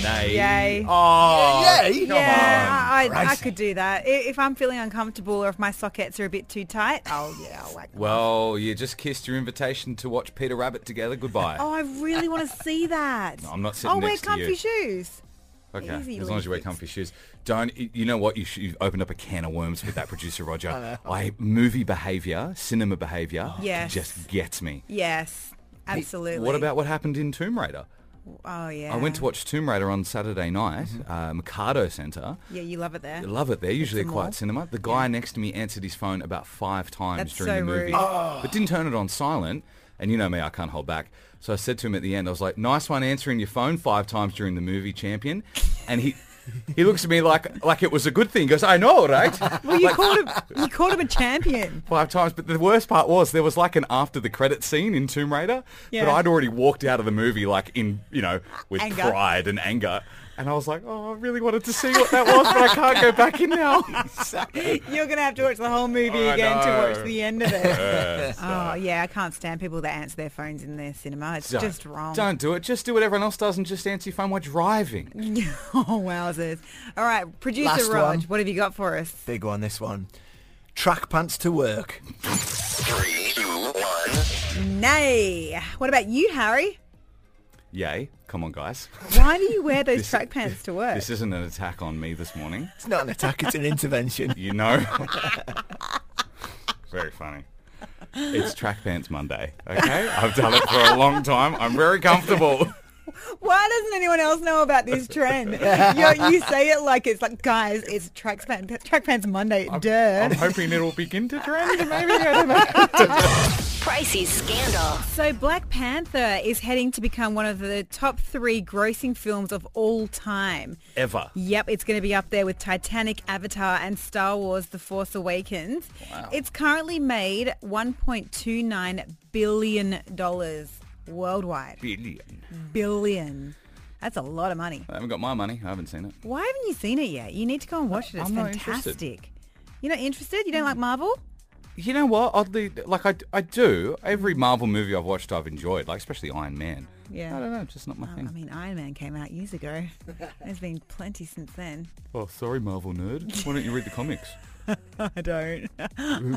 Speaker 3: Nay.
Speaker 4: Yay.
Speaker 3: Oh,
Speaker 5: Yay!
Speaker 4: Yeah, I, I
Speaker 5: Christ.
Speaker 4: could do that. I- If I'm feeling uncomfortable or if my sockets are a bit too tight,
Speaker 3: Oh,
Speaker 4: I'll, yeah, I'll whack them.
Speaker 3: Well, you just kissed your invitation to watch Peter Rabbit together. Goodbye.
Speaker 4: Oh, I really want to see that.
Speaker 3: I'm not sitting
Speaker 4: I'll
Speaker 3: next to
Speaker 4: wear comfy
Speaker 3: you.
Speaker 4: shoes.
Speaker 3: Okay,
Speaker 4: Easy
Speaker 3: as long as you wear
Speaker 4: Olympics.
Speaker 3: comfy shoes. Don't y- you know what? You should, you've opened up a can of worms with that producer Roger. *laughs* I, Oh, movie behaviour, cinema behaviour,
Speaker 4: Yes.
Speaker 3: just gets me.
Speaker 4: Yes, absolutely.
Speaker 3: What about what happened in Tomb Raider?
Speaker 4: Oh yeah.
Speaker 3: I went to watch Tomb Raider on Saturday night, uh, Mikado Centre.
Speaker 4: Yeah, you love it there.
Speaker 3: I love it. They're usually a
Speaker 4: a mall.
Speaker 3: quiet cinema. The guy next to me answered his phone about five times
Speaker 4: That's
Speaker 3: during
Speaker 4: so
Speaker 3: the movie,
Speaker 4: rude.
Speaker 3: but didn't turn it on silent. And you know me, I can't hold back. So I said to him at the end, I was like, "Nice one answering your phone five times during the movie, champion." And he *laughs* he looks at me like like it was a good thing. He goes, "I know, right?" *laughs*
Speaker 4: Well, you called him. You called him a champion.
Speaker 3: Five times, but the worst part was there was like an after the credit scene in Tomb Raider,
Speaker 4: Yeah.
Speaker 3: but I'd already walked out of the movie like in you know with
Speaker 4: Anger.
Speaker 3: pride and anger. And I was like, oh, I really wanted to see what that was, but I can't go back in
Speaker 4: *laughs*
Speaker 3: now.
Speaker 4: You're going to have to watch the whole movie
Speaker 3: I
Speaker 4: again to
Speaker 3: know. uh,
Speaker 4: watch the
Speaker 3: *laughs*
Speaker 4: end of it. oh, yeah, I can't stand people that answer their phones in their cinema. It's
Speaker 3: Don't-
Speaker 4: just wrong.
Speaker 3: Don't do it. Just do what everyone else does and just answer your phone while driving.
Speaker 4: *laughs* oh, wowzers. All right, producer
Speaker 5: Last
Speaker 4: Rog,
Speaker 5: one.
Speaker 4: what have you got for us?
Speaker 5: Big one, this one. Track pants to work.
Speaker 4: Nay. What about you, Harry?
Speaker 3: Yay. Come on, guys.
Speaker 4: Why do you wear those
Speaker 3: This-
Speaker 4: track pants to work?
Speaker 3: This isn't an attack on me this morning.
Speaker 5: It's not an attack, it's an intervention.
Speaker 3: You
Speaker 4: *laughs*
Speaker 3: know? very funny. It's Track Pants Monday, okay? I've done it for a long time. I'm very comfortable.
Speaker 4: Why doesn't anyone else know about this
Speaker 3: *laughs*
Speaker 4: trend? you, you say it like it's like, guys, it's track, span, track pants Monday. Duh.
Speaker 3: I'm hoping it'll begin to trend, maybe. I don't know.
Speaker 2: Pricey Scandal.
Speaker 4: So Black Panther is heading to become one of the top three grossing films of all time.
Speaker 3: Ever.
Speaker 4: Yep, it's going to be up there with Titanic, Avatar, and Star Wars The Force Awakens. Wow. It's currently made $1.29 billion worldwide.
Speaker 3: Billion.
Speaker 4: Billion. That's a lot of money.
Speaker 3: I haven't got my money. I haven't seen it.
Speaker 4: Why haven't you seen it yet? You need to go and watch it. It's
Speaker 3: I'm not interested.
Speaker 4: fantastic. You're not interested? You don't like Marvel?
Speaker 3: You know what? Oddly, like I, I do. Every Marvel movie I've watched, I've enjoyed. Like especially Iron Man.
Speaker 4: Yeah.
Speaker 3: I don't know. Just not my
Speaker 4: Oh,
Speaker 3: thing.
Speaker 4: I mean, Iron Man came out
Speaker 3: *laughs*
Speaker 4: years ago. There's been plenty since then.
Speaker 3: oh, sorry, Marvel
Speaker 4: *laughs*
Speaker 3: nerd. Why don't you read the comics?
Speaker 4: I don't. *laughs*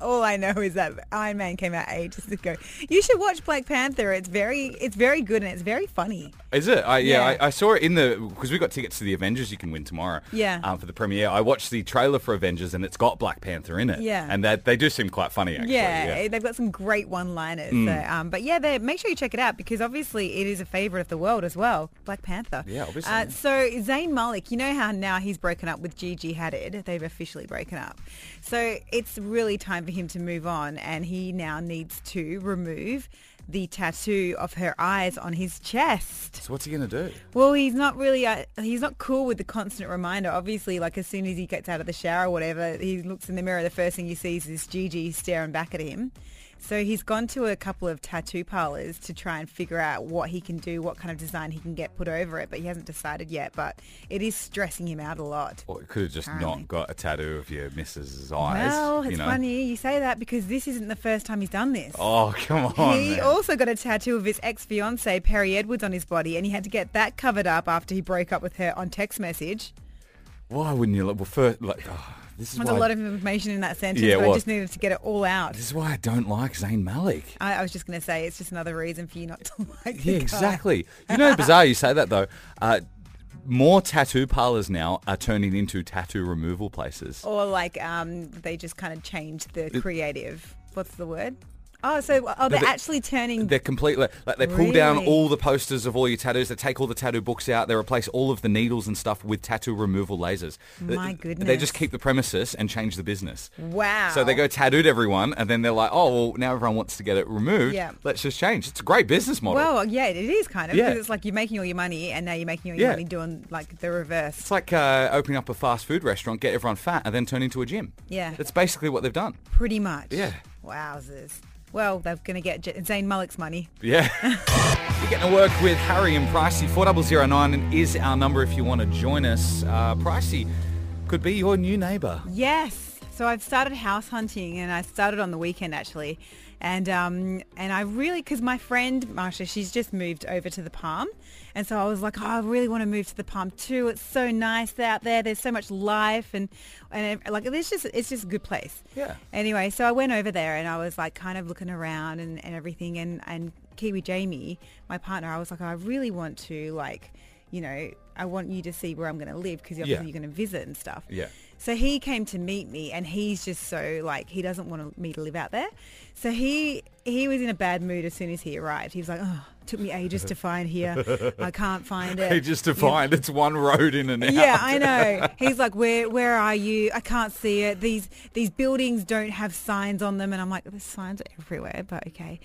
Speaker 4: All I know is that Iron Man came out ages ago. You should watch Black Panther. It's very, it's very good and it's very funny.
Speaker 3: Is it? I, yeah,
Speaker 4: Yeah.
Speaker 3: I, I saw it in the because we got tickets to the Avengers. You can win tomorrow.
Speaker 4: Yeah.
Speaker 3: Um, for the premiere, I watched the trailer for Avengers and it's got Black Panther in it.
Speaker 4: Yeah.
Speaker 3: And that they do seem quite funny actually. Mm.
Speaker 4: yeah, eh, they've got some great one-liners. So, um, but yeah, they, make sure you check it out because obviously it is a favorite of the world as well. Black Panther.
Speaker 3: Yeah, obviously,
Speaker 4: Uh,
Speaker 3: yeah.
Speaker 4: so Zayn Malik, you know how now he's broken up with Gigi Hadid. They've officially broken up. So it's really time for him to move on, and he now needs to remove the tattoo of her eyes on his chest.
Speaker 3: So what's he gonna do?
Speaker 4: Well, he's not really. Uh, he's not cool with the constant reminder. Obviously, like as soon as he gets out of the shower or whatever, he looks in the mirror. The first thing he sees is Gigi staring back at him. So he's gone to a couple of tattoo parlors to try and figure out what he can do, what kind of design he can get put over it. But he hasn't decided yet. But it is stressing him out a lot.
Speaker 3: Or it could have just
Speaker 4: Apparently.
Speaker 3: not got a tattoo of your missus's eyes.
Speaker 4: well, it's
Speaker 3: you know?
Speaker 4: funny you say that because this isn't the first time he's done this.
Speaker 3: Oh come on.
Speaker 4: he
Speaker 3: man.
Speaker 4: also got a tattoo of his ex-fiancee Perry Edwards on his body, and he had to get that covered up after he broke up with her on text message.
Speaker 3: Why wouldn't you? Like, well, first, like, oh, this is
Speaker 4: There's
Speaker 3: why.
Speaker 4: a lot of information in that sentence,
Speaker 3: Yeah, it
Speaker 4: but I
Speaker 3: was.
Speaker 4: just needed to get it all out.
Speaker 3: this is why I don't like Zayn Malik.
Speaker 4: I, I was just going to say it's just another reason for you not to *laughs* like. the
Speaker 3: Yeah,
Speaker 4: guy.
Speaker 3: exactly. You know, bizarre you say that though. Uh, more tattoo parlors now are turning into tattoo removal places.
Speaker 4: Or like um, they just kind of changed the creative. What's the word? Oh, so oh, they're
Speaker 3: they-
Speaker 4: actually turning.
Speaker 3: They're completely like they pull down
Speaker 4: Really?
Speaker 3: all the posters of all your tattoos. They take all the tattoo books out. They replace all of the needles and stuff with tattoo removal lasers. Th-
Speaker 4: My
Speaker 3: They
Speaker 4: goodness.
Speaker 3: just keep the premises and change the business.
Speaker 4: wow.
Speaker 3: So they go tattooed everyone, and then they're like, "Oh, well, now everyone wants to get it removed.
Speaker 4: Yeah.
Speaker 3: Let's just change." It's a great business model.
Speaker 4: Well, yeah, it is kind of
Speaker 3: Yeah.
Speaker 4: because it's like you're making all your money, and now you're making all your
Speaker 3: Yeah.
Speaker 4: money doing like the reverse.
Speaker 3: It's like uh, opening up a fast food restaurant, get everyone fat, and then turn into a gym.
Speaker 4: Yeah.
Speaker 3: That's basically what they've done.
Speaker 4: Pretty much.
Speaker 3: Yeah.
Speaker 4: Wowzers. Well, they're going to get J- Zayn Malik's money.
Speaker 3: Yeah. We're getting to work with Harry and Pricey. 4009 is our number if you want to join us. Uh, Pricey could be your new neighbour.
Speaker 4: Yes. So I've started house hunting, and I started on the weekend actually, and um, and I really because my friend Marsha, she's just moved over to the Palm, and so I was like, oh, I really want to move to the Palm too. It's so nice out there. There's so much life, and and like it's just it's just a good place.
Speaker 3: Yeah.
Speaker 4: Anyway, so I went over there and I was like kind of looking around and, and everything and, and Kiwi Jamie, my partner, I was like, "Oh, I really want to like, you know, I want you to see where I'm going to live because obviously
Speaker 3: Yeah.
Speaker 4: you're going to visit and stuff.
Speaker 3: Yeah.
Speaker 4: So he came to meet me and he's just so like, he doesn't want me to live out there. So he, he was in a bad mood as soon as he arrived. He was like, oh, took me ages to find here. I
Speaker 3: *laughs*
Speaker 4: can't find it.
Speaker 3: Just to find it's one road in and out.
Speaker 4: Yeah, I know. He's like, "Where where are you? I can't see it. These these buildings don't have signs on them." And I'm like, "There's signs everywhere." But okay.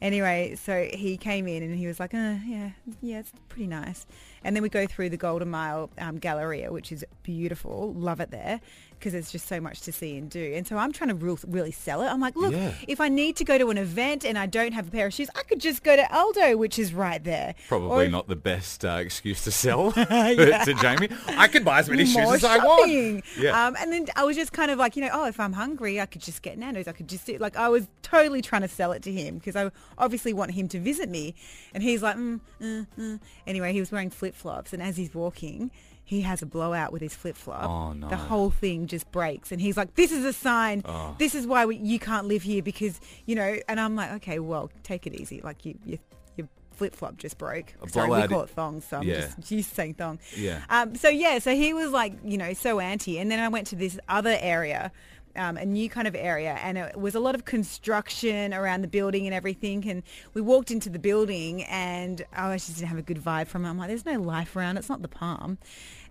Speaker 4: Anyway, so he came in and he was like, uh, "Yeah, yeah, it's pretty nice." And then we go through the Golden Mile um, Galleria, which is beautiful. Love it there. because there's just so much to see and do. And so I'm trying to real, really sell it. I'm like, look,
Speaker 3: Yeah.
Speaker 4: if I need to go to an event and I don't have a pair of shoes, I could just go to Aldo, which is right there.
Speaker 3: Probably
Speaker 4: Or-
Speaker 3: not the best uh, excuse to
Speaker 4: *laughs*
Speaker 3: sell *laughs* to Jamie. I could buy as many shoes
Speaker 4: more
Speaker 3: as I
Speaker 4: shopping.
Speaker 3: want. Yeah.
Speaker 4: Um, and then I was just kind of like, you know, oh, if I'm hungry, I could just get Nando's. I could just do like I was totally trying to sell it to him because I obviously want him to visit me. And he's like, mm, mm, mm. anyway, he was wearing flip flops, and as he's walking. He has a blowout with his flip flop.
Speaker 3: Oh, no. Oh.
Speaker 4: The whole thing just breaks, and he's like, "This is a sign. This is why we, you can't live here because you know." And I'm like, "Okay, well, take it easy. Like you, you your flip flop just broke.
Speaker 3: A
Speaker 4: Sorry, we
Speaker 3: blowout-
Speaker 4: call it thong, so I'm
Speaker 3: Yeah.
Speaker 4: just *laughs* She's saying thong.
Speaker 3: Yeah.
Speaker 4: Um, so yeah, so he was like, you know, so anti, and then I went to this other area. Um, a new kind of area and it was a lot of construction around the building and everything and we walked into the building and oh, I just didn't have a good vibe from it. I'm like, there's no life around. It's not the palm.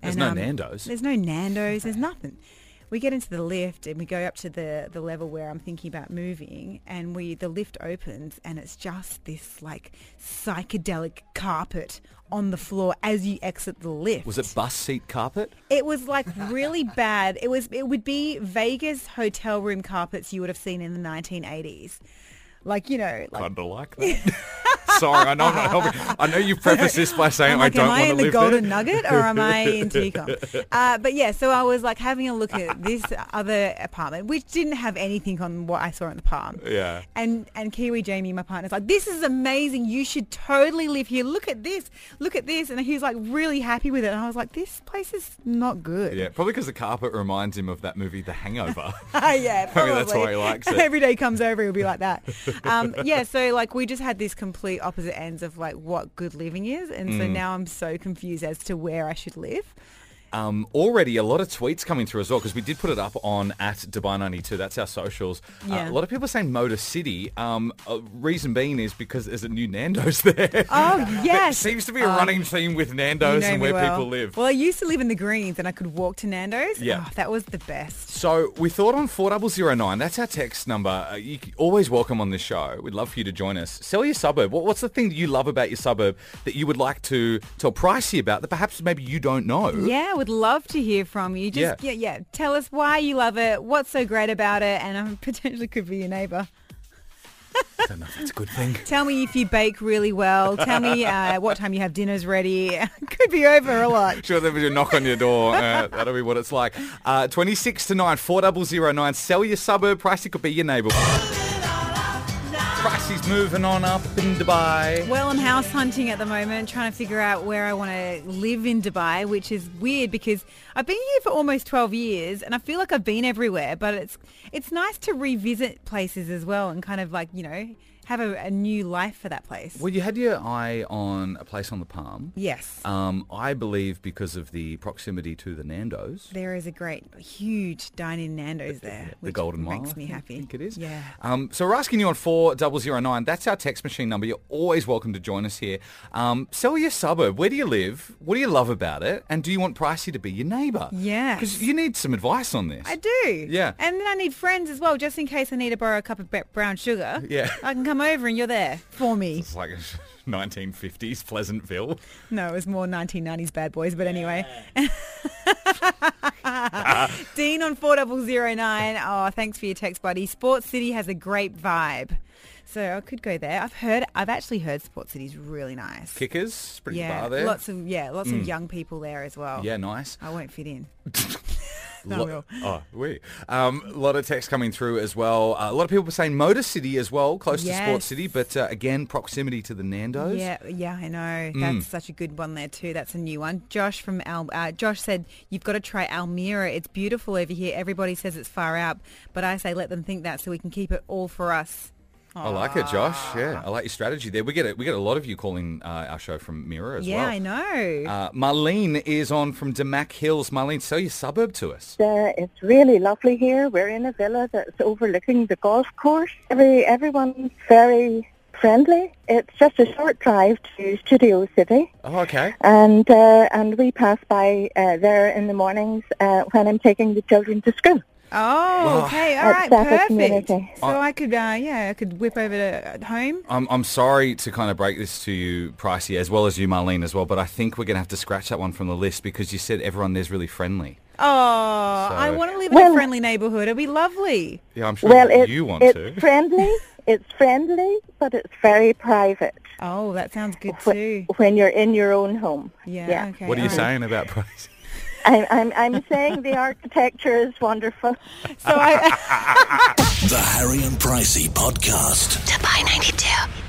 Speaker 3: There's
Speaker 4: And, um,
Speaker 3: no Nando's.
Speaker 4: There's no Nando's. There's nothing. We get into the lift and we go up to the, the level where I'm thinking about moving and we the lift opens and it's just this like psychedelic carpet on the floor as you exit the lift.
Speaker 3: was it bus seat carpet?
Speaker 4: It was like really *laughs* bad. It was it would be Vegas hotel room carpets you would have seen in the 1980s. Like, you know, like
Speaker 3: Kind of
Speaker 4: *laughs*
Speaker 3: like that. Sorry, I know I'm not helping. I know you preface this by saying
Speaker 4: I'm
Speaker 3: I
Speaker 4: like,
Speaker 3: don't
Speaker 4: am I
Speaker 3: want to
Speaker 4: in the
Speaker 3: live
Speaker 4: golden
Speaker 3: there.
Speaker 4: nugget or
Speaker 3: *laughs*
Speaker 4: am I in Tecom? Uh, but yeah, so I was like having a look at this other apartment, which didn't have anything on what I saw in the palm.
Speaker 3: Yeah.
Speaker 4: And and Kiwi Jamie, my partner's like, this is amazing. You should totally live here. Look at this. Look at this. And he was like really happy with it. And I was like, this place is not good.
Speaker 3: Yeah, probably because the carpet reminds him of that movie, The
Speaker 4: *laughs*
Speaker 3: Hangover.
Speaker 4: Ah, *laughs* yeah,
Speaker 3: *laughs* Maybe
Speaker 4: probably.
Speaker 3: that's why he likes it.
Speaker 4: Every day comes over, he'll be like that. Um, yeah, so like we just had this complete opposite ends of like what good living is, and so
Speaker 3: Mm.
Speaker 4: now I'm so confused as to where I should live.
Speaker 3: Um, already a lot of tweets coming through as well because we did put it up on at Dubai92. That's our socials. Uh,
Speaker 4: Yeah.
Speaker 3: a lot of people are saying Motor City. Um, uh, reason being is because there's a new Nando's *laughs* there.
Speaker 4: Oh yes,
Speaker 3: Seems to be a running theme with Nando's and where people live.
Speaker 4: Well, I used to live in the Greens, and I could walk to Nando's.
Speaker 3: Yeah.
Speaker 4: Oh, that was the best.
Speaker 3: So we thought on 4009, that's our text number. Uh, you c- always welcome on this show. We'd love for you to join us. Sell your suburb. What, what's the thing that you love about your suburb that you would like to tell Pricey about that perhaps maybe you don't know?
Speaker 4: Yeah, would love to hear from you. Just yeah.
Speaker 3: Yeah.
Speaker 4: yeah, Tell us why you love it, what's so great about it, and I *laughs* potentially could be your neighbour.
Speaker 3: I don't know if that's a good thing.
Speaker 4: Tell me if you bake really well. Tell me uh, what time you have dinners ready. *laughs* Could be over a lot.
Speaker 3: Sure, there'll be a knock on your door. Uh, that'll be what it's like. Uh, 26 to 9, 4009. Sell your suburb. Pricey could be your neighbour. Pricey's moving on up in Dubai.
Speaker 4: Well, I'm house hunting at the moment, trying to figure out where I want to live in Dubai, which is weird because I've been here for almost 12 years and I feel like I've been everywhere, but it's it's nice to revisit places as well and kind of like, you know, have a, a new life for that place.
Speaker 3: Well, you had your eye on a place on the Palm.
Speaker 4: yes.
Speaker 3: Um, I believe because of the proximity to the Nando's.
Speaker 4: there is a great, huge dine-in Nando's there,
Speaker 3: The
Speaker 4: which
Speaker 3: Golden Mile.
Speaker 4: makes
Speaker 3: I
Speaker 4: me
Speaker 3: think-
Speaker 4: happy.
Speaker 3: think it is.
Speaker 4: Yeah.
Speaker 3: Um, so we're asking you on 4009. That's our text machine number. You're always welcome to join us here. Um, sell your suburb. Where do you live? What do you love about it? And do you want Pricey to be your neighbour?
Speaker 4: Yes.
Speaker 3: Because you need some advice on this.
Speaker 4: I do.
Speaker 3: Yeah.
Speaker 4: And then I need friends as well, just in case I need to borrow a cup of be- brown sugar.
Speaker 3: Yeah.
Speaker 4: I can come over and you're there for me.
Speaker 3: It's like *laughs* 1950s Pleasantville.
Speaker 4: No, it was more 1990s bad boys, but anyway. *laughs* Dean on 4009. Oh, thanks for your text, buddy. Sports City has a great vibe. So I could go there. I've heard, I've actually heard Sports City's really nice.
Speaker 3: Kickers, pretty good
Speaker 4: yeah,
Speaker 3: bar there. Mm.
Speaker 4: lots of yeah, lots of young people there as well.
Speaker 3: yeah,
Speaker 4: *laughs*
Speaker 3: nice.
Speaker 4: I won't
Speaker 3: *laughs*
Speaker 4: fit in.
Speaker 3: Lo- Oh, we. Um, a lot of text coming through as well. Uh, a lot of people were saying Motor City as well, close to
Speaker 4: Yes.
Speaker 3: Sports City, but uh, again, proximity to the Nando's.
Speaker 4: Yeah, yeah, I know.
Speaker 3: Hmm.
Speaker 4: That's such a good one there too. That's a new one. Josh from Al, uh, Josh said you've got to try Almira. It's beautiful over here. Everybody says it's far out, but I say let them think that so we can keep it all for us.
Speaker 3: I like it, Josh. Yeah, I like your strategy there. We get it. We get a lot of you calling uh, our show from Mirror as
Speaker 4: yeah,
Speaker 3: well.
Speaker 4: I know.
Speaker 3: Uh, Marlene is on from Damac Hills. Marlene, sell your suburb to us.
Speaker 9: Uh, it's really lovely here. We're in a villa that's overlooking the golf course. Every, everyone's very friendly. It's just a short drive to Studio City.
Speaker 3: Oh, okay.
Speaker 9: And, uh, and we pass by uh, there in the mornings uh, when I'm taking the children to school.
Speaker 4: oh, okay,
Speaker 3: uh,
Speaker 4: all
Speaker 9: That's
Speaker 4: right,
Speaker 9: Stafford
Speaker 4: perfect.
Speaker 9: Community.
Speaker 4: So I could, uh, yeah, I could whip over to at home.
Speaker 3: I'm, I'm sorry to kind of break this to you, Pricey, as well as you, Marlene, as well, but I think we're going to have to scratch that one from the list because you said everyone there's really friendly.
Speaker 4: Oh,
Speaker 3: So-
Speaker 4: I want to live in
Speaker 6: Well-
Speaker 4: a friendly neighbourhood. It'll be lovely.
Speaker 3: Yeah, I'm sure
Speaker 6: Well, it,
Speaker 3: you want
Speaker 6: it's
Speaker 3: to. *laughs*
Speaker 6: friendly. It's friendly, but it's very private
Speaker 4: Oh, that sounds good
Speaker 6: wh-
Speaker 4: too.
Speaker 6: when you're in your own home.
Speaker 4: Yeah. Okay.
Speaker 3: what are you
Speaker 4: all right.
Speaker 3: saying about price?
Speaker 6: I'm, I'm, I'm saying the architecture is wonderful.
Speaker 4: So I.
Speaker 1: The Harry and Pricey Podcast.
Speaker 2: to buy 92.